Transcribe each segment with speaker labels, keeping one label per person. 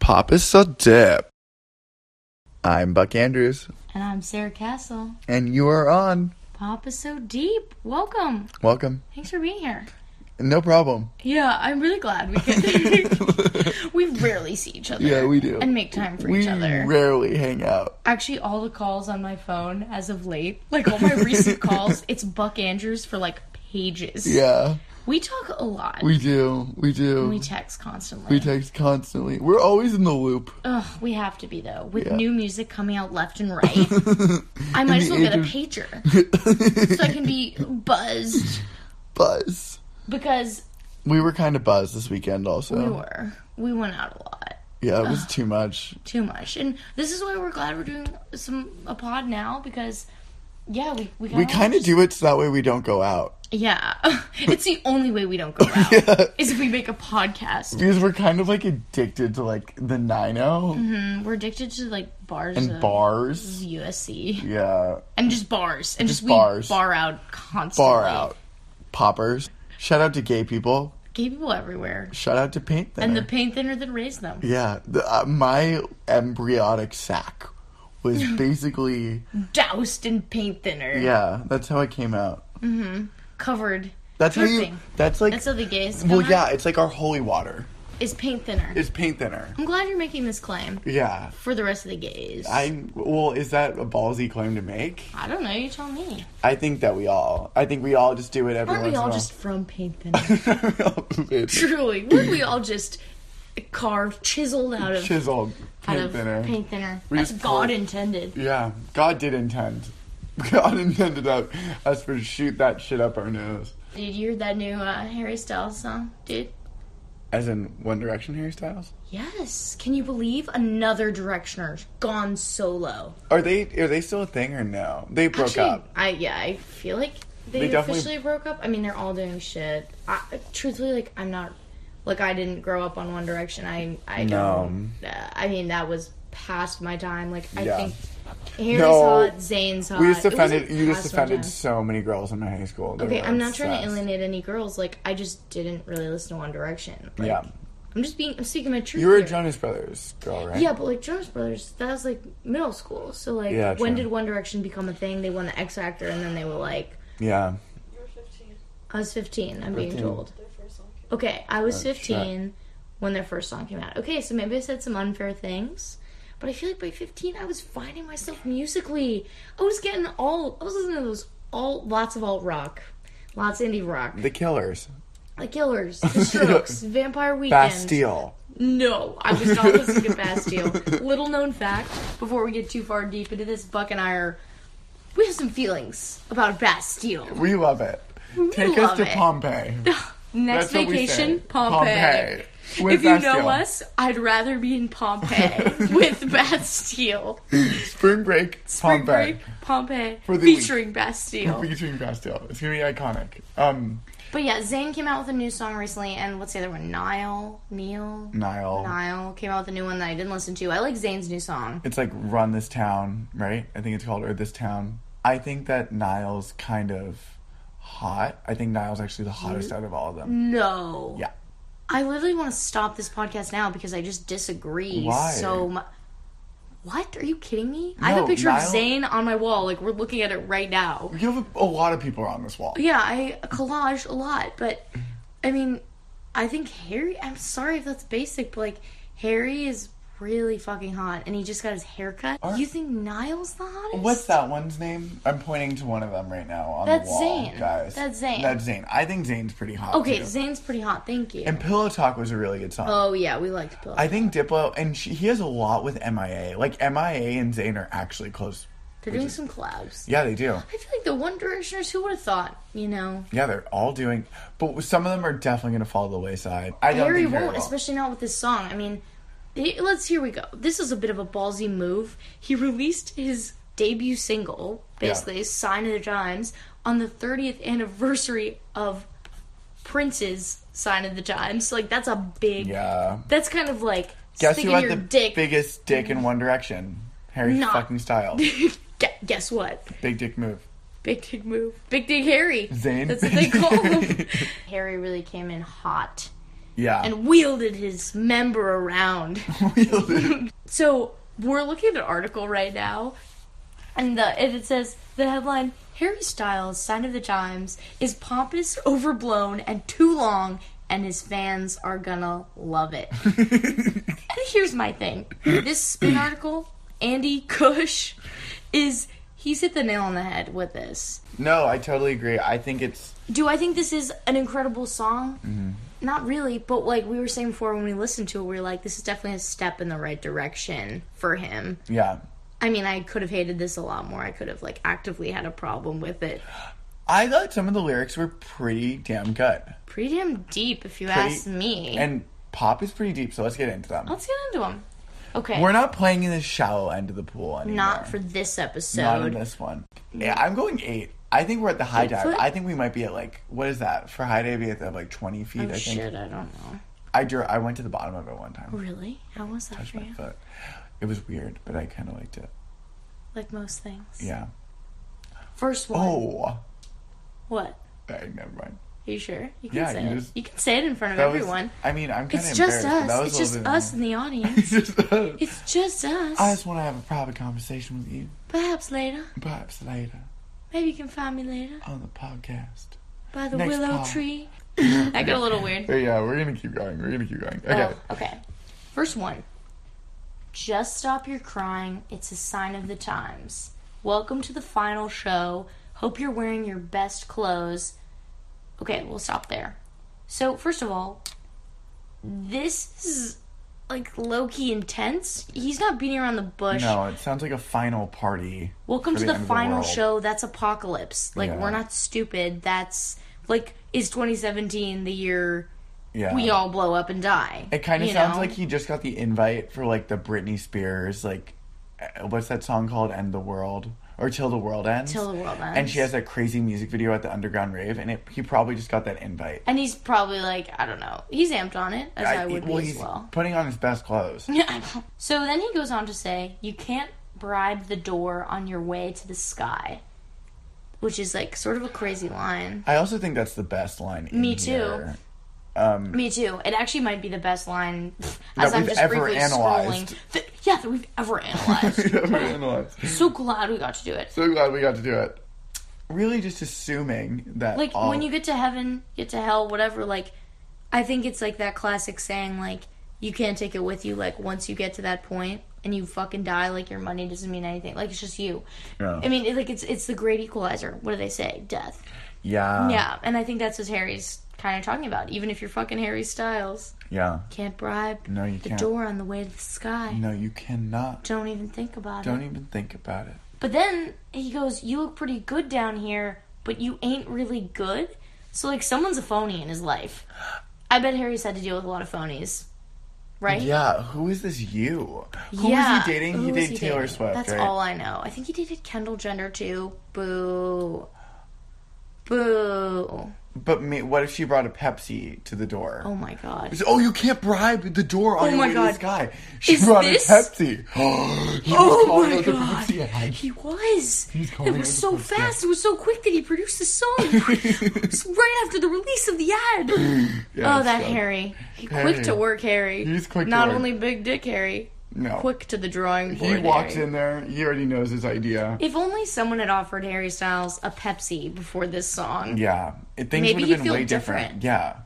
Speaker 1: Pop is so dip. I'm Buck Andrews,
Speaker 2: And I'm Sarah Castle.
Speaker 1: and you are on.
Speaker 2: Pop is so deep. Welcome.
Speaker 1: Welcome.
Speaker 2: Thanks for being here.
Speaker 1: No problem.
Speaker 2: Yeah, I'm really glad we could. we rarely see each other.
Speaker 1: Yeah, we do.
Speaker 2: And make time for
Speaker 1: we
Speaker 2: each other.
Speaker 1: rarely hang out.
Speaker 2: Actually, all the calls on my phone as of late, like all my recent calls, it's Buck Andrews for like pages.
Speaker 1: Yeah,
Speaker 2: We talk a lot.
Speaker 1: we do. We do.
Speaker 2: We text constantly.
Speaker 1: We text constantly. We're always in the loop.
Speaker 2: Ugh, we have to be though. With
Speaker 1: Yeah.
Speaker 2: new music coming out left and right, I might as
Speaker 1: the
Speaker 2: well get a
Speaker 1: age
Speaker 2: pager so I can be buzzed.
Speaker 1: Buzz.
Speaker 2: Because
Speaker 1: We were kind of buzzed this weekend, also.
Speaker 2: we were, we went out a lot,
Speaker 1: Yeah, it was too much.
Speaker 2: too much, and this is why we're glad we're doing some a pod now because, yeah, we we,
Speaker 1: We kind of do it so that way we don't go out.
Speaker 2: yeah. it's the only way we don't go out
Speaker 1: Yeah.
Speaker 2: is if we make a podcast.
Speaker 1: Because we're kind of like addicted to like the 9
Speaker 2: Mm, We're addicted to like bars
Speaker 1: and
Speaker 2: of
Speaker 1: bars.
Speaker 2: USC
Speaker 1: Yeah.
Speaker 2: and just bars and just, we
Speaker 1: bars.
Speaker 2: bar out constantly.
Speaker 1: Bar out. Poppers. Shout out to gay people.
Speaker 2: Gay people everywhere.
Speaker 1: Shout out to paint thinner.
Speaker 2: And the pain thinner that raised them.
Speaker 1: yeah. The, uh, my embryonic sac was basically.
Speaker 2: Doused in paint thinner.
Speaker 1: Yeah, that's how I came out.
Speaker 2: Covered.
Speaker 1: That's how you.
Speaker 2: Dripping.
Speaker 1: That's like.
Speaker 2: That's how the gays come
Speaker 1: well,
Speaker 2: out,
Speaker 1: yeah, it's like our holy water.
Speaker 2: Is paint thinner.
Speaker 1: It's paint thinner.
Speaker 2: I'm glad you're making this claim
Speaker 1: Yeah.
Speaker 2: for the rest of the gays.
Speaker 1: I well, is that a ballsy claim to make?
Speaker 2: I don't know. You tell me.
Speaker 1: I think that we all. I think we all just do it every
Speaker 2: Aren't we all
Speaker 1: once
Speaker 2: just from paint thinner?
Speaker 1: in a while. We all just
Speaker 2: Truly, weren't we all just carved, chiseled out of
Speaker 1: chiseled
Speaker 2: out
Speaker 1: paint
Speaker 2: of
Speaker 1: thinner.
Speaker 2: paint thinner?
Speaker 1: We
Speaker 2: That's
Speaker 1: just
Speaker 2: God
Speaker 1: pulled-
Speaker 2: intended.
Speaker 1: Yeah, God did intend. God intended that us for shoot that shit up our nose.
Speaker 2: Did you hear that new uh, Harry Styles song, dude?
Speaker 1: As in One Direction Harry Styles?
Speaker 2: Yes. Can you believe another Directioner gone solo?
Speaker 1: Are they are they still a thing or no? They broke
Speaker 2: Actually,
Speaker 1: up.
Speaker 2: I yeah, I feel like they,
Speaker 1: They definitely-
Speaker 2: officially broke up. I mean, they're all doing shit. I, truthfully, like I'm not like I didn't grow up on One Direction. I I
Speaker 1: No.
Speaker 2: don't. Uh, I mean, that was past my time. Like I
Speaker 1: Yeah.
Speaker 2: think Harry's
Speaker 1: No.
Speaker 2: hot, Zayn's hot.
Speaker 1: We just
Speaker 2: uh, It wasn't
Speaker 1: offended you just
Speaker 2: past my
Speaker 1: offended
Speaker 2: time.
Speaker 1: so many girls in my high school. They
Speaker 2: Okay,
Speaker 1: were
Speaker 2: I'm not trying to
Speaker 1: obsessed.
Speaker 2: alienate any girls. Like I just didn't really listen to One Direction. Like,
Speaker 1: Yeah.
Speaker 2: I'm just being. I'm speaking my truth.
Speaker 1: You were a
Speaker 2: here.
Speaker 1: Jonas Brothers girl, right?
Speaker 2: Yeah, but like Jonas Brothers, that was like middle school. So like,
Speaker 1: Yeah,
Speaker 2: when
Speaker 1: true.
Speaker 2: did One Direction become a thing? They won the X Factor, and then they were like,
Speaker 1: Yeah.
Speaker 2: I was 15, I'm being
Speaker 1: 15.
Speaker 2: told. Okay, I was
Speaker 1: shit.
Speaker 2: 15 when their first song came out. Okay, so maybe I said some unfair things, but I feel like by 15 I was finding myself musically. I was getting all, I was listening to those all, lots of alt rock, lots of indie rock,
Speaker 1: The Killers.
Speaker 2: The Killers, The Strokes, Vampire Weekend.
Speaker 1: Bastille.
Speaker 2: No, I was not listening to Bastille. Little known fact, before we get too far deep into this, Buck and I are, we have some feelings about Bastille.
Speaker 1: We love it. Take us
Speaker 2: love
Speaker 1: to
Speaker 2: it.
Speaker 1: Pompeii.
Speaker 2: Next
Speaker 1: That's what we say.
Speaker 2: vacation, Pompeii.
Speaker 1: Pompeii. With
Speaker 2: if you know
Speaker 1: Bastille.
Speaker 2: us, I'd rather be in Pompeii with Bastille.
Speaker 1: Spring break,
Speaker 2: Spring
Speaker 1: Pompeii.
Speaker 2: break, Pompeii,
Speaker 1: For the week.
Speaker 2: featuring Bastille.
Speaker 1: Featuring Bastille. It's gonna be iconic. Um,
Speaker 2: But yeah, Zayn came out with a new song recently, and what's the other one? Nile, Neil,
Speaker 1: Nile.
Speaker 2: Nile came out with a new one that I didn't listen to. I like Zayn's new song.
Speaker 1: It's like Run This Town, right? I think it's called Or This Town. I think that Niall's kind of hot. I think Niall's actually the hottest out of all of
Speaker 2: Mm-hmm.
Speaker 1: them.
Speaker 2: No,
Speaker 1: Yeah.
Speaker 2: I literally want to stop this podcast now because I just disagree
Speaker 1: Why?
Speaker 2: so much. What? Are you kidding me? I have
Speaker 1: No,
Speaker 2: a picture
Speaker 1: Nile-
Speaker 2: of Zayn on my wall. Like we're looking at it right now.
Speaker 1: You have a, a lot of people on this wall.
Speaker 2: yeah, I collage a lot, but I mean, I think Harry. I'm sorry if that's basic, but like Harry is really fucking hot, and he just got his haircut.
Speaker 1: Are-
Speaker 2: you think Niall's the hottest?
Speaker 1: What's that one's name? I'm pointing to one of them right now on
Speaker 2: That's
Speaker 1: the wall,
Speaker 2: Zayn.
Speaker 1: guys.
Speaker 2: That's Zayn.
Speaker 1: That's Zayn. I think Zayn's pretty hot.
Speaker 2: Okay,
Speaker 1: too.
Speaker 2: Zayn's pretty hot. Thank you.
Speaker 1: And Pillow Talk was a really good song.
Speaker 2: oh yeah, we liked Bill.
Speaker 1: I think Diplo and she, he has a lot with MIA. Like MIA and Zayn are actually close.
Speaker 2: They're doing some collabs.
Speaker 1: Yeah, they do.
Speaker 2: I feel like the One Directioners. Who would have thought? You know,
Speaker 1: Yeah, they're all doing. But some of them are definitely going to fall to the wayside. I don't
Speaker 2: Harry
Speaker 1: think Harry
Speaker 2: won't, especially not with this song. I mean, he- let's here we go. This is a bit of a ballsy move. He released his debut single, basically "Sign of the Times," on the 30th anniversary of Prince's "Sign of the Times." Like that's a big.
Speaker 1: Yeah.
Speaker 2: That's kind of like
Speaker 1: Guess who
Speaker 2: sticking
Speaker 1: had
Speaker 2: your
Speaker 1: the
Speaker 2: dick.
Speaker 1: biggest dick in One Direction? Harry
Speaker 2: Not-
Speaker 1: fucking Styles.
Speaker 2: Gu- Guess what?
Speaker 1: Big dick move.
Speaker 2: Big Dick Move. Big Dick Harry.
Speaker 1: Zayn.
Speaker 2: That's what they call him. Harry really came in hot.
Speaker 1: Yeah.
Speaker 2: and wielded his member around.
Speaker 1: Wielded.
Speaker 2: So we're looking at an article right now, and the and it says the headline: Harry Styles, sign of the times, is pompous, overblown, and too long, and his fans are gonna love it. And here's my thing: this spin article, Andy Cush, is he's hit the nail on the head with this.
Speaker 1: no, I totally agree. I think it's
Speaker 2: Do I think this is an incredible song? Not really, but like we were saying before when we listened to it, we were like, this is definitely a step in the right direction for him.
Speaker 1: yeah.
Speaker 2: I mean, I could have hated this a lot more. I could have like actively had a problem with it.
Speaker 1: I thought some of the lyrics were pretty damn good,
Speaker 2: Pretty damn deep, if you
Speaker 1: Pretty-
Speaker 2: ask me.
Speaker 1: and pop is pretty deep. So let's get into them.
Speaker 2: Let's get into them. Okay,
Speaker 1: We're not playing in the shallow end of the pool anymore.
Speaker 2: not for this episode.
Speaker 1: Not in this one. Yeah, I'm going eight. I think we're at the high dive.
Speaker 2: foot?
Speaker 1: I think we might be at like what is that for high dive? We have to have like 20 feet. I
Speaker 2: Oh,
Speaker 1: think
Speaker 2: shit, Oh, I don't know.
Speaker 1: I drew. I went to the bottom of it one time.
Speaker 2: Really? How was that
Speaker 1: Touched
Speaker 2: for
Speaker 1: my
Speaker 2: you?
Speaker 1: foot. It was weird, but I kind of liked it.
Speaker 2: Like most things.
Speaker 1: Yeah.
Speaker 2: First one.
Speaker 1: Oh.
Speaker 2: What?
Speaker 1: Alright, never mind.
Speaker 2: Are you sure? You can
Speaker 1: Yeah,
Speaker 2: say
Speaker 1: you
Speaker 2: it.
Speaker 1: just-
Speaker 2: You can say it in front of
Speaker 1: That was-
Speaker 2: everyone.
Speaker 1: I mean, I'm kind of
Speaker 2: It's
Speaker 1: embarrassed.
Speaker 2: just
Speaker 1: but that
Speaker 2: us.
Speaker 1: was
Speaker 2: It's
Speaker 1: a little
Speaker 2: just
Speaker 1: bit-
Speaker 2: us in the
Speaker 1: It's
Speaker 2: audience.
Speaker 1: just us.
Speaker 2: it's just us.
Speaker 1: I just want to have a private conversation with you,
Speaker 2: Perhaps later.
Speaker 1: perhaps later
Speaker 2: Maybe you can find me later
Speaker 1: on the podcast.
Speaker 2: by the
Speaker 1: Next
Speaker 2: willow
Speaker 1: pod.
Speaker 2: tree. that got a little weird.
Speaker 1: But yeah, we're gonna keep going. We're gonna keep going. Okay.
Speaker 2: Oh, okay. First one. Just stop your crying. It's a sign of the times. Welcome to the final show. Hope you're wearing your best clothes. Okay, we'll stop there. So, first of all, this is like low key intense. He's not beating around the bush.
Speaker 1: No, it sounds like a final party.
Speaker 2: Welcome
Speaker 1: for
Speaker 2: to
Speaker 1: the
Speaker 2: the,
Speaker 1: end of the
Speaker 2: final
Speaker 1: world.
Speaker 2: show. That's apocalypse. Like
Speaker 1: Yeah.
Speaker 2: we're not stupid. That's like is 2017 the year
Speaker 1: Yeah.
Speaker 2: we all blow up and die?
Speaker 1: It kind of
Speaker 2: you
Speaker 1: sounds
Speaker 2: know?
Speaker 1: like he just got the invite for like the Britney Spears like uh, what's that song called End the World or Till the World Ends.
Speaker 2: Till the World
Speaker 1: And she has
Speaker 2: Ends.
Speaker 1: that crazy music video at the underground rave and it, he probably just got that invite.
Speaker 2: and he's probably like I don't know. He's amped on it as I, would
Speaker 1: well,
Speaker 2: be as
Speaker 1: he's
Speaker 2: well.
Speaker 1: putting on his best clothes.
Speaker 2: so then he goes on to say, "You can't bribe the door on your way to the sky," which is like sort of a crazy line.
Speaker 1: I also think that's the best line. In
Speaker 2: Me too.
Speaker 1: here. Um,
Speaker 2: Me too. It actually might be the best line as I'm
Speaker 1: we've
Speaker 2: just
Speaker 1: ever
Speaker 2: briefly
Speaker 1: analyzed.
Speaker 2: scrolling. Th- yeah, that we've ever analyzed. so glad we got to do it.
Speaker 1: so glad we got to do it. Really, just assuming that
Speaker 2: like
Speaker 1: all-
Speaker 2: when you get to heaven, get to hell, whatever. Like, I think it's like that classic saying, like, you can't take it with you. Like, once you get to that point and you fucking die, like your money doesn't mean anything. Like, it's just you.
Speaker 1: Yeah.
Speaker 2: I mean, it, like it's it's the great equalizer. What do they say? Death.
Speaker 1: yeah,
Speaker 2: yeah, and I think that's what Harry's kind of talking about. Even if you're fucking Harry Styles,
Speaker 1: yeah.
Speaker 2: can't bribe
Speaker 1: No, you
Speaker 2: the
Speaker 1: can't.
Speaker 2: door on the way to the sky.
Speaker 1: No, you cannot.
Speaker 2: Don't even think about it.
Speaker 1: Don't even think about it.
Speaker 2: But then he goes, "You look pretty good down here, but you ain't really good." So like someone's a phony in his life. I bet Harry's had to deal with a lot of phonies, right?
Speaker 1: Yeah, who is this you? Who
Speaker 2: Yeah.
Speaker 1: is he dating?
Speaker 2: Who
Speaker 1: he
Speaker 2: is
Speaker 1: dated Taylor
Speaker 2: dating?
Speaker 1: Swift,
Speaker 2: That's
Speaker 1: right?
Speaker 2: all I know. I think he dated Kendall Jenner too. Boo. Boo.
Speaker 1: But me, what if she brought a Pepsi to the door?
Speaker 2: Oh my god.
Speaker 1: She said, Oh, you can't bribe the door on
Speaker 2: Oh
Speaker 1: your
Speaker 2: my
Speaker 1: way to
Speaker 2: God.
Speaker 1: the sky. She
Speaker 2: Is
Speaker 1: brought
Speaker 2: this-
Speaker 1: a Pepsi. he
Speaker 2: Oh
Speaker 1: was calling
Speaker 2: my
Speaker 1: out the
Speaker 2: God.
Speaker 1: Pepsi ad.
Speaker 2: He was.
Speaker 1: He's
Speaker 2: it
Speaker 1: calling
Speaker 2: was
Speaker 1: it
Speaker 2: so
Speaker 1: the first day.
Speaker 2: fast. It was so quick that he produced the song right after the release of the ad.
Speaker 1: Yeah,
Speaker 2: Oh, that
Speaker 1: so-
Speaker 2: Harry. He
Speaker 1: Harry.
Speaker 2: Quick to work, Harry.
Speaker 1: He's quick to
Speaker 2: Not
Speaker 1: work.
Speaker 2: only big dick Harry,
Speaker 1: No.
Speaker 2: quick to the drawing board.
Speaker 1: He walks
Speaker 2: Harry.
Speaker 1: in there. He already knows his idea.
Speaker 2: If only someone had offered Harry Styles a Pepsi before this song,
Speaker 1: Yeah. It, things
Speaker 2: Maybe
Speaker 1: would
Speaker 2: he'd
Speaker 1: have been
Speaker 2: feel
Speaker 1: way different.
Speaker 2: different.
Speaker 1: Yeah.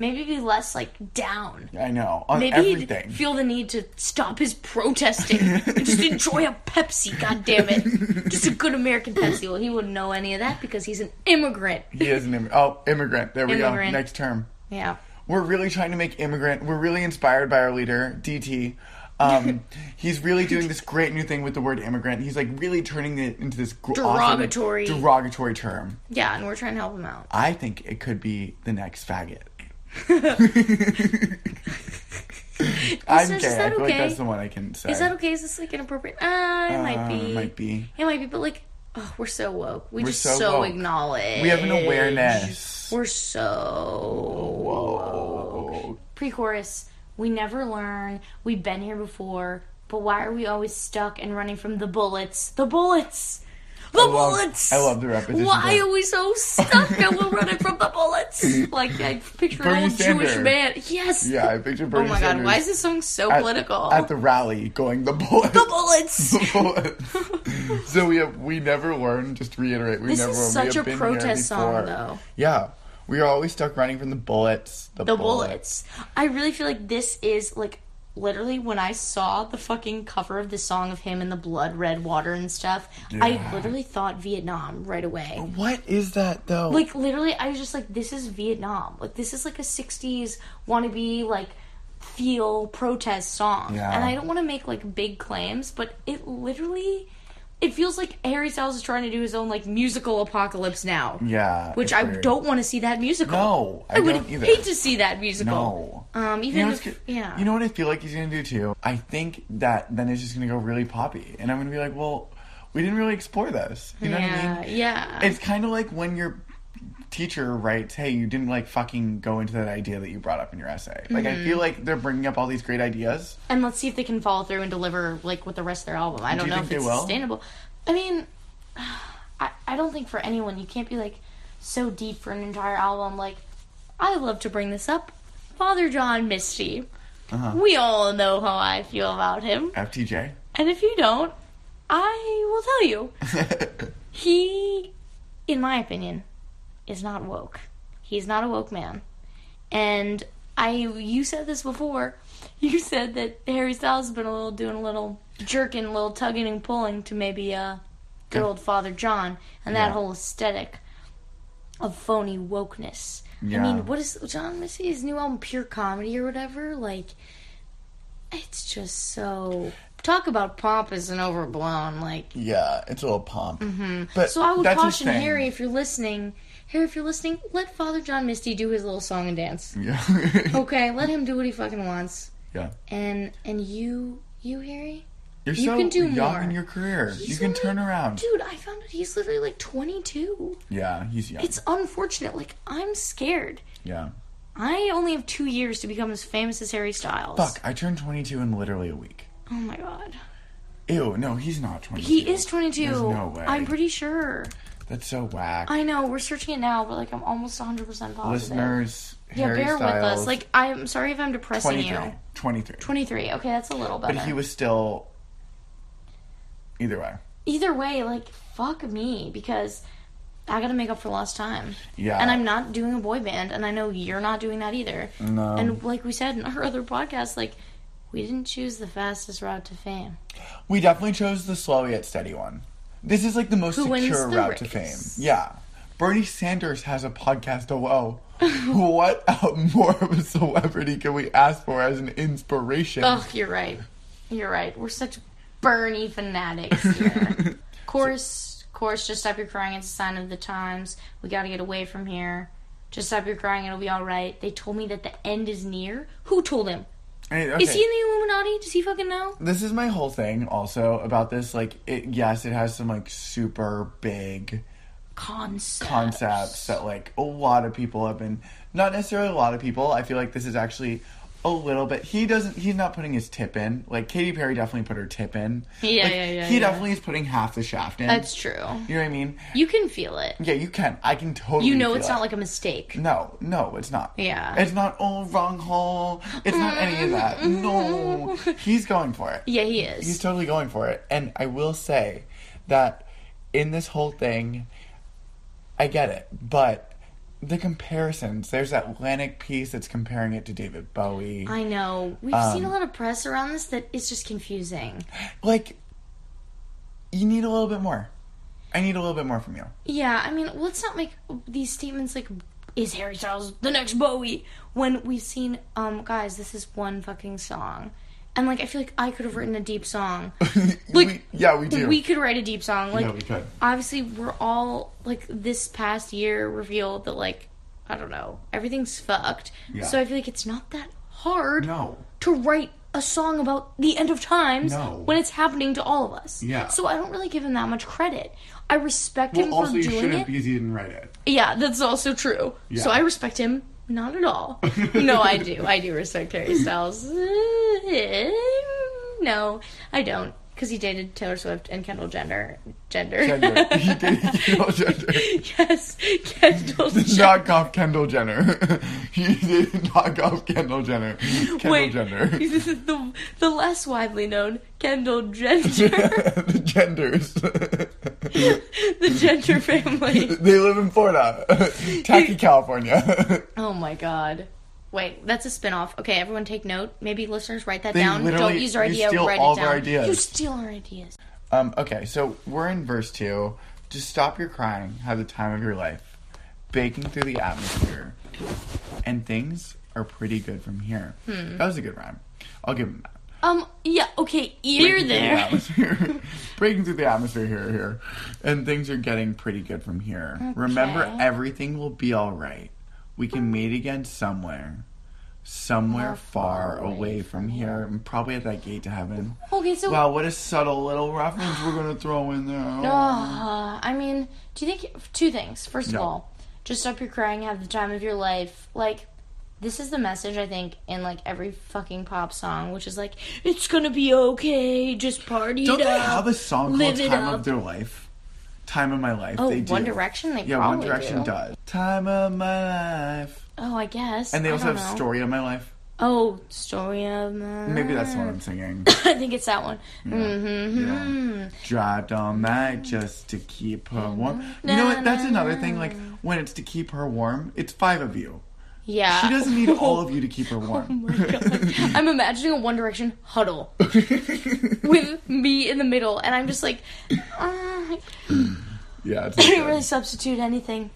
Speaker 2: maybe be less like down.
Speaker 1: I know. On
Speaker 2: Maybe
Speaker 1: everything.
Speaker 2: he'd feel the need to stop his protesting and just enjoy a Pepsi. God damn it, just a good American Pepsi. Well, he wouldn't know any of that because he's an immigrant.
Speaker 1: he is an immigrant. Oh, immigrant. There we
Speaker 2: Immigrant.
Speaker 1: go. Next term.
Speaker 2: Yeah,
Speaker 1: We're really trying to make immigrant. We're really inspired by our leader, DT. Um, he's really doing this great new thing with the word immigrant. He's like really turning it into this gr- awesome
Speaker 2: Derogatory.
Speaker 1: derogatory term.
Speaker 2: yeah, and we're trying to help him out.
Speaker 1: I think it could be the next faggot. I'm
Speaker 2: Is
Speaker 1: gay. I
Speaker 2: that
Speaker 1: feel like
Speaker 2: okay?
Speaker 1: that's the one I can say.
Speaker 2: Is that okay? Is this like inappropriate? Ah, it might
Speaker 1: Uh,
Speaker 2: be.
Speaker 1: might be.
Speaker 2: It might be, but like, oh, we're so woke. We just
Speaker 1: so
Speaker 2: so,
Speaker 1: woke.
Speaker 2: acknowledge.
Speaker 1: We have an awareness.
Speaker 2: We're so
Speaker 1: Whoa.
Speaker 2: pre-chorus. We never learn. We've been here before, but why are we always stuck and running from the bullets? The bullets. The
Speaker 1: I love-
Speaker 2: bullets.
Speaker 1: I love the repetition
Speaker 2: Why
Speaker 1: there.
Speaker 2: are we so stuck and we're running from the bullets? Like I picture
Speaker 1: Bernie
Speaker 2: an old Jewish
Speaker 1: Sanders.
Speaker 2: man. Yes.
Speaker 1: Yeah, I picture
Speaker 2: Oh
Speaker 1: Bernie
Speaker 2: my god,
Speaker 1: Sanders
Speaker 2: why is this song so
Speaker 1: at,
Speaker 2: political?
Speaker 1: at the rally going the bullets.
Speaker 2: the bullets.
Speaker 1: The bullets. so we have we never learned. Just to reiterate, we
Speaker 2: This
Speaker 1: never
Speaker 2: is
Speaker 1: learned. We
Speaker 2: such
Speaker 1: have
Speaker 2: a
Speaker 1: been here
Speaker 2: protest song,
Speaker 1: before.
Speaker 2: though.
Speaker 1: Yeah, we are always stuck running from the bullets. The,
Speaker 2: the bullets. I really feel like this is like literally when I saw the fucking cover of the song of him in the blood red water and stuff, I
Speaker 1: Yeah.
Speaker 2: literally thought Vietnam right away.
Speaker 1: What is that though?
Speaker 2: Like literally I was just like this is Vietnam. Like this is like a 60s wannabe like feel protest song.
Speaker 1: Yeah.
Speaker 2: And I don't want to make like big claims, but it literally it feels like Harry Styles is trying to do his own like musical apocalypse now.
Speaker 1: yeah, it's
Speaker 2: Which I
Speaker 1: weird.
Speaker 2: don't want to see that musical.
Speaker 1: No, I,
Speaker 2: I would
Speaker 1: don't either.
Speaker 2: hate to see that musical.
Speaker 1: no.
Speaker 2: Um,
Speaker 1: You
Speaker 2: even
Speaker 1: know,
Speaker 2: if,
Speaker 1: what's go-
Speaker 2: yeah,
Speaker 1: you know what I feel like he's gonna do too. I think that then it's just gonna go really poppy, and I'm gonna be like, well, we didn't really explore this. You know
Speaker 2: yeah,
Speaker 1: what I mean?
Speaker 2: yeah.
Speaker 1: It's kind of like when your teacher writes, "Hey, you didn't like fucking go into that idea that you brought up in your essay." Like I
Speaker 2: Mm-hmm.
Speaker 1: feel like they're bringing up all these great ideas.
Speaker 2: and let's see if they can follow through and deliver like with the rest of their album. I don't
Speaker 1: you
Speaker 2: know
Speaker 1: think
Speaker 2: if
Speaker 1: they
Speaker 2: it's
Speaker 1: will?
Speaker 2: sustainable. I mean, I I don't think for anyone you can't be like so deep for an entire album. Like I love to bring this up, Father John Misty.
Speaker 1: Uh-huh.
Speaker 2: We all know how I feel about him,
Speaker 1: FTJ.
Speaker 2: and if you don't, I will tell you. he, in my opinion, is not woke. He's not a woke man. And I, you said this before. You said that Harry Styles has been a little doing a little jerking, a little tugging and pulling to maybe uh, good
Speaker 1: Yeah.
Speaker 2: old Father John and that
Speaker 1: Yeah.
Speaker 2: whole aesthetic of phony wokeness. I
Speaker 1: Yeah.
Speaker 2: mean, what is John Missy's new album, Pure Comedy or whatever? Like, it's just so talk about pompous and overblown. Like,
Speaker 1: yeah, it's a little pomp. But
Speaker 2: Mm-hmm. so I would
Speaker 1: that's his
Speaker 2: caution
Speaker 1: thing.
Speaker 2: Harry if you're listening. Harry, if you're listening, let Father John Misty do his little song and dance.
Speaker 1: Yeah.
Speaker 2: Okay, let him do what he fucking wants.
Speaker 1: yeah.
Speaker 2: And and you, you Harry,
Speaker 1: You're
Speaker 2: You
Speaker 1: so
Speaker 2: can do
Speaker 1: young
Speaker 2: more.
Speaker 1: in your career. you
Speaker 2: He's
Speaker 1: can
Speaker 2: only-
Speaker 1: turn around.
Speaker 2: dude, I found out he's literally like 22.
Speaker 1: Yeah, he's young.
Speaker 2: It's unfortunate. Like I'm scared.
Speaker 1: yeah.
Speaker 2: I only have two years to become as famous as Harry Styles.
Speaker 1: Fuck, I turned 22 in literally a week.
Speaker 2: Oh my god.
Speaker 1: Ew, no, he's not 22.
Speaker 2: He is 22.
Speaker 1: There's no way.
Speaker 2: I'm pretty sure.
Speaker 1: That's so whack.
Speaker 2: I know. We're searching it now, but like I'm almost 100% positive.
Speaker 1: Listeners,
Speaker 2: yeah,
Speaker 1: Harry
Speaker 2: bear
Speaker 1: Styles,
Speaker 2: with us. Like I'm sorry if I'm depressing
Speaker 1: 23.
Speaker 2: you.
Speaker 1: 23.
Speaker 2: 23. Okay, that's a little better.
Speaker 1: But he was still. Either way.
Speaker 2: Either way, like, fuck me, because I gotta make up for lost time.
Speaker 1: Yeah.
Speaker 2: And I'm not doing a boy band, and I know you're not doing that either.
Speaker 1: No.
Speaker 2: And like we said in our other podcast, like, we didn't choose the fastest route to fame.
Speaker 1: We definitely chose the slow yet steady one. This is like the most
Speaker 2: Who wins
Speaker 1: secure
Speaker 2: the
Speaker 1: route to fame.
Speaker 2: race?
Speaker 1: Yeah. Bernie Sanders has a podcast alone. what more of a celebrity can we ask for as an inspiration?
Speaker 2: Ugh, you're right. You're right. We're such Bernie fanatics here. Of course, of course, just stop your crying. It's a sign of the times. We gotta get away from here. Just stop your crying. It'll be all right. They told me that the end is near. Who told him?
Speaker 1: Hey,
Speaker 2: Is
Speaker 1: okay.
Speaker 2: he in the Illuminati? Does he fucking know?
Speaker 1: this is my whole thing also about this like it yes it has some like super big
Speaker 2: Concept.
Speaker 1: concepts that like a lot of people have been not necessarily a lot of people i feel like this is actually a little bit he doesn't he's not putting his tip in like Katy perry definitely put her tip in
Speaker 2: Yeah,
Speaker 1: Like,
Speaker 2: yeah, yeah,
Speaker 1: he
Speaker 2: yeah.
Speaker 1: definitely is putting half the shaft in
Speaker 2: That's true.
Speaker 1: you know what i mean
Speaker 2: You can feel it.
Speaker 1: yeah you can i can totally
Speaker 2: You know
Speaker 1: feel
Speaker 2: it's
Speaker 1: it.
Speaker 2: not like a mistake.
Speaker 1: no, no, it's not.
Speaker 2: Yeah.
Speaker 1: It's not, oh, wrong hole. It's not any of that.
Speaker 2: Mm-hmm.
Speaker 1: No. He's going for it.
Speaker 2: Yeah, he
Speaker 1: He's
Speaker 2: is.
Speaker 1: totally going for it. And I will say that in this whole thing, I get it, but the comparisons, there's that Atlantic piece that's comparing it to David Bowie.
Speaker 2: I know. We've
Speaker 1: Um,
Speaker 2: seen a lot of press around this that is just confusing.
Speaker 1: Like, you need a little bit more. I need a little bit more from you.
Speaker 2: Yeah, I mean, let's not make these statements like is Harry Styles the next Bowie when we've seen um guys, this is one fucking song. And like I feel like I could have written a deep song. Like,
Speaker 1: we, yeah, we do.
Speaker 2: We could write a deep song. Like
Speaker 1: yeah, we could.
Speaker 2: obviously we're all like this past year revealed that like I don't know everything's fucked.
Speaker 1: Yeah.
Speaker 2: So I feel like it's not that hard
Speaker 1: No.
Speaker 2: to write a song about the end of times
Speaker 1: No.
Speaker 2: when it's happening to all of us.
Speaker 1: Yeah.
Speaker 2: So I don't really give him that much credit. I respect him
Speaker 1: also,
Speaker 2: for
Speaker 1: you
Speaker 2: doing
Speaker 1: shouldn't
Speaker 2: it.
Speaker 1: because you didn't write it.
Speaker 2: Yeah, that's also true.
Speaker 1: Yeah.
Speaker 2: So I respect him not at all. no, I do. I do respect Harry Styles. Eh, No, I don't. because he dated Taylor Swift and Kendall Jenner. Gender.
Speaker 1: Gender. He dated Kendall Jenner.
Speaker 2: yes, Kendall
Speaker 1: Did
Speaker 2: Jenner.
Speaker 1: knock off Kendall Jenner. he did knock off Kendall Jenner. Kendall
Speaker 2: Wait,
Speaker 1: Jenner.
Speaker 2: this is the the less widely known Kendall Jenner,
Speaker 1: the genders.
Speaker 2: the Jenner family.
Speaker 1: they live in Florida. Tacky California.
Speaker 2: Oh my god. Wait, that's a spinoff. Okay, everyone take note. Maybe listeners write that
Speaker 1: They
Speaker 2: down. Don't
Speaker 1: literally-
Speaker 2: use our
Speaker 1: you
Speaker 2: idea,
Speaker 1: steal
Speaker 2: write
Speaker 1: all
Speaker 2: it
Speaker 1: of
Speaker 2: down.
Speaker 1: our ideas.
Speaker 2: You steal our ideas.
Speaker 1: um, okay, so we're in verse two. Just stop your crying, have the time of your life. Baking through the atmosphere. And things are pretty good from here. That was a good rhyme. I'll give him that.
Speaker 2: Um, yeah, okay, ear
Speaker 1: breaking through the
Speaker 2: there.
Speaker 1: atmosphere. breaking through the atmosphere here, here. And things are getting pretty good from here. Remember,
Speaker 2: Okay.
Speaker 1: everything will be all right. We can meet again somewhere. Somewhere
Speaker 2: More
Speaker 1: far away from here. and Probably at that gate to heaven.
Speaker 2: Okay, so
Speaker 1: Wow, what a subtle little reference we're going to throw in there.
Speaker 2: Uh, I mean, do you think two things? First
Speaker 1: No.
Speaker 2: of all, just stop your crying, have the time of your life. Like, this is the message I think in like every fucking pop song, which is like, it's gonna be okay, just party
Speaker 1: Don't
Speaker 2: it
Speaker 1: they
Speaker 2: up.
Speaker 1: have a song called
Speaker 2: live it
Speaker 1: Time of
Speaker 2: up.
Speaker 1: Their Life? Time of My Life.
Speaker 2: oh,
Speaker 1: they do.
Speaker 2: One Direction, they
Speaker 1: Yeah,
Speaker 2: probably
Speaker 1: One Direction
Speaker 2: do.
Speaker 1: does. Time of My Life.
Speaker 2: Oh, I guess.
Speaker 1: And they
Speaker 2: I
Speaker 1: also
Speaker 2: don't
Speaker 1: have
Speaker 2: know.
Speaker 1: Story of My Life.
Speaker 2: Oh, story of my
Speaker 1: Maybe that's the one I'm singing.
Speaker 2: I think it's that one. Mm-hmm. Mm-hmm.
Speaker 1: Yeah. Dropped all night just to keep her warm. You know what? That's another thing. Like when it's to keep her warm, it's five of you.
Speaker 2: Yeah.
Speaker 1: She doesn't need all of you to keep her warm.
Speaker 2: Oh my God. I'm imagining a One Direction huddle with me in the middle, and I'm just like, uh, I
Speaker 1: yeah. It's
Speaker 2: can't really
Speaker 1: okay.
Speaker 2: substitute anything.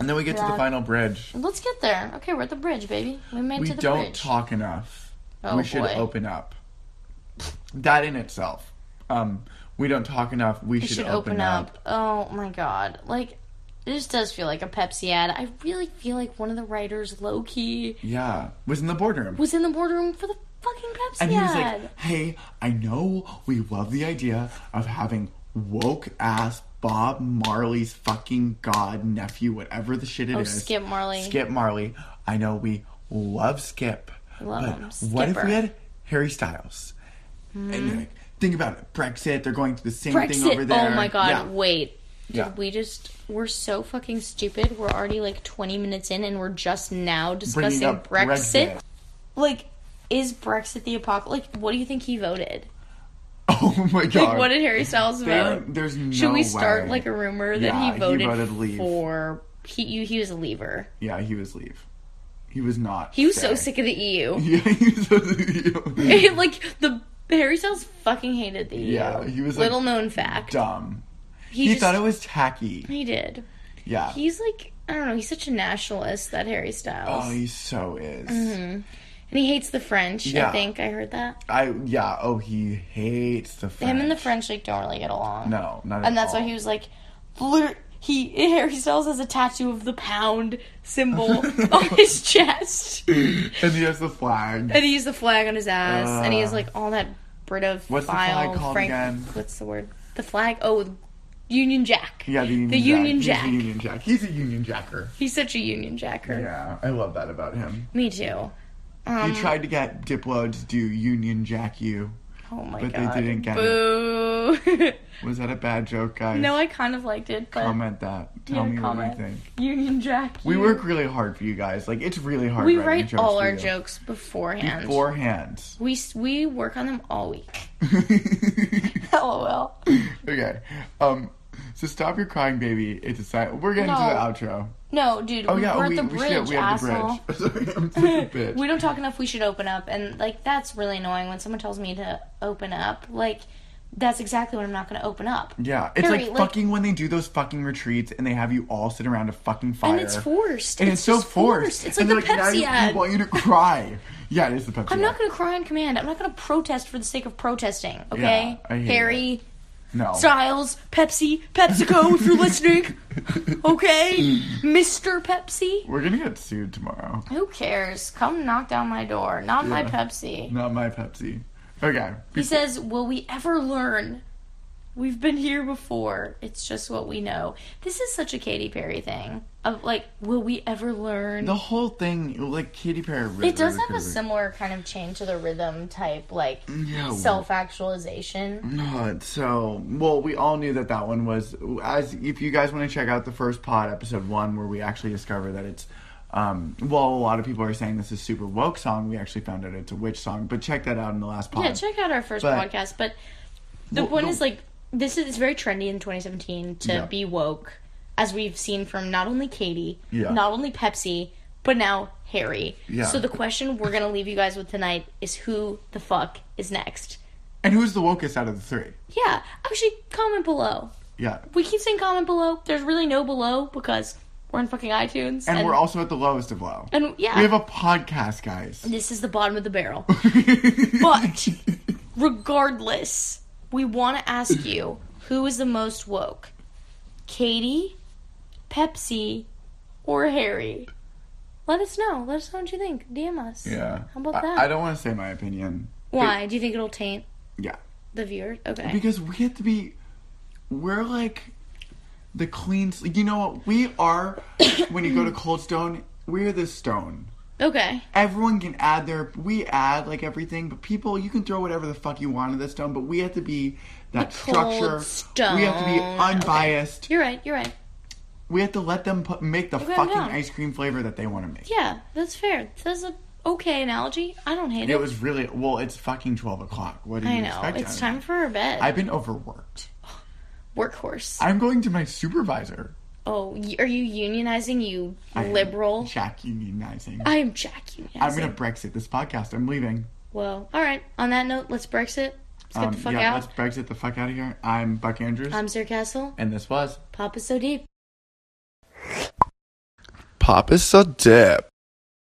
Speaker 1: And then we get to the
Speaker 2: Yeah.
Speaker 1: final bridge.
Speaker 2: Let's get there. Okay, we're at the bridge, baby. We made it
Speaker 1: We
Speaker 2: to the
Speaker 1: don't
Speaker 2: bridge.
Speaker 1: talk enough.
Speaker 2: Oh,
Speaker 1: we should
Speaker 2: boy.
Speaker 1: open up. That in itself. Um, we don't talk enough. We,
Speaker 2: we should open up. Oh my god. Like, this does feel like a Pepsi ad. I really feel like one of the writers, low key,
Speaker 1: Yeah. Was in the boardroom.
Speaker 2: was in the boardroom for the fucking Pepsi
Speaker 1: And he was
Speaker 2: ad.
Speaker 1: like, hey, I know we love the idea of having woke ass Bob Marley's fucking god nephew, whatever the shit it is.
Speaker 2: Oh, Skip Marley.
Speaker 1: Skip Marley. I know we love Skip.
Speaker 2: Love
Speaker 1: but
Speaker 2: him.
Speaker 1: What if
Speaker 2: Skipper. Hmm.
Speaker 1: we had Harry Styles? And like, think about it. Brexit, they're going through the same thing over
Speaker 2: Brexit.
Speaker 1: there.
Speaker 2: Oh my god.
Speaker 1: Yeah.
Speaker 2: Wait.
Speaker 1: Yeah.
Speaker 2: We just we're so fucking stupid. We're already like 20 minutes in and we're just now discussing
Speaker 1: Bringing up
Speaker 2: Brexit.
Speaker 1: Brexit.
Speaker 2: Like is Brexit the apocalypse? Like what do you think he voted?
Speaker 1: Oh my god.
Speaker 2: Like what did Harry Styles
Speaker 1: They
Speaker 2: vote?
Speaker 1: don't- There's no
Speaker 2: Should we start
Speaker 1: way.
Speaker 2: like a rumor that
Speaker 1: Yeah,
Speaker 2: he
Speaker 1: he
Speaker 2: voted,
Speaker 1: voted leave.
Speaker 2: for he you, he was a leaver.
Speaker 1: Yeah, he was leave. He was not.
Speaker 2: He was so
Speaker 1: stay.
Speaker 2: sick of the EU.
Speaker 1: Yeah, he was so
Speaker 2: like the Harry Styles fucking hated the EU.
Speaker 1: Yeah, he was, like,
Speaker 2: little known fact.
Speaker 1: dumb.
Speaker 2: He,
Speaker 1: He,
Speaker 2: just,
Speaker 1: thought it was tacky.
Speaker 2: he did.
Speaker 1: Yeah.
Speaker 2: He's like I don't know. He's such a nationalist that Harry Styles,
Speaker 1: Oh, he so is.
Speaker 2: Mm-hmm. and he hates the French. I
Speaker 1: Yeah.
Speaker 2: think I heard that
Speaker 1: I yeah. Oh, he hates the French.
Speaker 2: him and the French like don't really get along.
Speaker 1: No, not at
Speaker 2: and that's
Speaker 1: all.
Speaker 2: why he was like, liter- he Harry Styles has a tattoo of the pound symbol on his chest,
Speaker 1: and he has the flag.
Speaker 2: and he has the flag on his ass, and he has
Speaker 1: Uh.
Speaker 2: like all that Brita
Speaker 1: What's the
Speaker 2: file.
Speaker 1: flag called
Speaker 2: Frank-
Speaker 1: again?
Speaker 2: What's the word? The flag. Oh, Union Jack.
Speaker 1: yeah, the Union
Speaker 2: the
Speaker 1: Jack.
Speaker 2: Union
Speaker 1: He's
Speaker 2: Jack.
Speaker 1: the Union Jack. He's a Union Jacker.
Speaker 2: He's such a Union Jacker.
Speaker 1: Yeah, I love that about him.
Speaker 2: Me too. Um,
Speaker 1: he tried to get Diplo to do Union Jack you.
Speaker 2: Oh my
Speaker 1: But they
Speaker 2: god.
Speaker 1: didn't get it.
Speaker 2: Boo.
Speaker 1: Was that a bad joke, guys?
Speaker 2: no, I kind of liked it, but
Speaker 1: comment that. Tell
Speaker 2: Yeah,
Speaker 1: me
Speaker 2: comment.
Speaker 1: what you think.
Speaker 2: Union Jack.
Speaker 1: We
Speaker 2: you-
Speaker 1: work really hard for you guys. Like it's really hard.
Speaker 2: We
Speaker 1: writing
Speaker 2: write
Speaker 1: jokes
Speaker 2: all
Speaker 1: for
Speaker 2: our
Speaker 1: you.
Speaker 2: jokes beforehand.
Speaker 1: beforehand.
Speaker 2: We s- we work on them all week. LOL.
Speaker 1: okay. Um. So stop your crying, baby. It's a sign. We're getting
Speaker 2: No.
Speaker 1: to the outro.
Speaker 2: No, dude.
Speaker 1: Oh yeah,
Speaker 2: we're
Speaker 1: we,
Speaker 2: at the
Speaker 1: we,
Speaker 2: bridge,
Speaker 1: should, we have
Speaker 2: asshole.
Speaker 1: the bridge. Sorry, I'm such a bitch.
Speaker 2: We don't talk enough. We should open up, and like that's really annoying when someone tells me to open up. Like that's exactly when I'm not going to open up.
Speaker 1: yeah, it's
Speaker 2: Harry,
Speaker 1: like,
Speaker 2: like-
Speaker 1: fucking when they do those fucking retreats and they have you all sit around a fucking fire.
Speaker 2: And it's forced.
Speaker 1: And it's, so
Speaker 2: just
Speaker 1: forced.
Speaker 2: It's like
Speaker 1: And
Speaker 2: the
Speaker 1: they're now
Speaker 2: Pepsi
Speaker 1: you-
Speaker 2: ad.
Speaker 1: We want you to cry. yeah, it is the Pepsi.
Speaker 2: I'm
Speaker 1: ad.
Speaker 2: not going to cry on command. I'm not going to protest for the sake of protesting. Okay,
Speaker 1: I hate
Speaker 2: Harry.
Speaker 1: No.
Speaker 2: Styles, Pepsi, PepsiCo, if you're listening. Okay?
Speaker 1: Mm.
Speaker 2: Mr. Pepsi?
Speaker 1: We're gonna get sued tomorrow.
Speaker 2: Who cares? Come knock down my door. Not my
Speaker 1: Yeah.
Speaker 2: Pepsi.
Speaker 1: Not my Pepsi. Okay.
Speaker 2: He says, Will we ever learn We've been here before. It's just what we know. This is such a Katy Perry thing. Of like, will we ever learn?
Speaker 1: The whole thing, like Katy Perry, Mm,
Speaker 2: it does have a similar kind of change to the rhythm type, like
Speaker 1: Yeah, well-
Speaker 2: self actualization.
Speaker 1: Uh, so, well, we all knew that that one was. As if you guys want to check out the first pod, episode one, where we actually discover that it's. Um, well, a lot of people are saying this is super woke song. We actually found out it's a witch song, but check that out in the last pod.
Speaker 2: Yeah, check out our first
Speaker 1: But-
Speaker 2: podcast. But the
Speaker 1: Well,
Speaker 2: point
Speaker 1: the-
Speaker 2: is like this is it's very trendy in 2017 to
Speaker 1: Yeah.
Speaker 2: be woke, as we've seen from not only Katie,
Speaker 1: Yeah.
Speaker 2: not only Pepsi, but now Harry.
Speaker 1: Yeah.
Speaker 2: So the question we're gonna leave you guys with tonight is who the fuck is next?
Speaker 1: And who's the wokest out of the three?
Speaker 2: Yeah, actually, comment below.
Speaker 1: Yeah,
Speaker 2: We keep saying comment below. There's really no below because we're on fucking iTunes,
Speaker 1: and, we're also at the lowest of low.
Speaker 2: and yeah,
Speaker 1: we have a podcast, guys.
Speaker 2: this is the bottom of the barrel. But regardless, we want to ask you who is the most woke? Katie, Pepsi, or Harry? Let us know. Let us know what you think. DM us.
Speaker 1: yeah,
Speaker 2: How about that?
Speaker 1: I, I don't want to say my opinion.
Speaker 2: Why? Do you think it'll taint
Speaker 1: Yeah,
Speaker 2: the viewers? Okay.
Speaker 1: because we have to be. We're like the clean. s- You know what? We are. when you go to Cold Stone, we're the stone.
Speaker 2: okay.
Speaker 1: everyone can add their we add like everything but people you can throw whatever the fuck you want at this stone but we have to be that
Speaker 2: The cold
Speaker 1: structure
Speaker 2: stone.
Speaker 1: we have to be
Speaker 2: Okay.
Speaker 1: unbiased
Speaker 2: You're right. You're right.
Speaker 1: we have to let them put, make the
Speaker 2: Okay,
Speaker 1: fucking
Speaker 2: yeah.
Speaker 1: ice cream flavor that they want to make
Speaker 2: Yeah, that's fair. That's a okay analogy. I don't hate
Speaker 1: it
Speaker 2: it.
Speaker 1: was really well it's fucking 12 o'clock what do you
Speaker 2: I know.
Speaker 1: expect
Speaker 2: It's
Speaker 1: out of
Speaker 2: time for her bed.
Speaker 1: me? i've been overworked
Speaker 2: Workhorse.
Speaker 1: i'm going to my supervisor
Speaker 2: oh, y- are you unionizing, you
Speaker 1: I am
Speaker 2: liberal?
Speaker 1: jack unionizing
Speaker 2: I am Jack unionizing.
Speaker 1: i'm gonna brexit this podcast i'm leaving
Speaker 2: Well, all right. On that note, let's Brexit. Let's get
Speaker 1: um,
Speaker 2: the fuck
Speaker 1: yeah
Speaker 2: out.
Speaker 1: let's brexit the fuck out of here i'm buck andrews
Speaker 2: I'm Sir Castle.
Speaker 1: and this was
Speaker 2: Pop is so deep.
Speaker 1: pop is so dip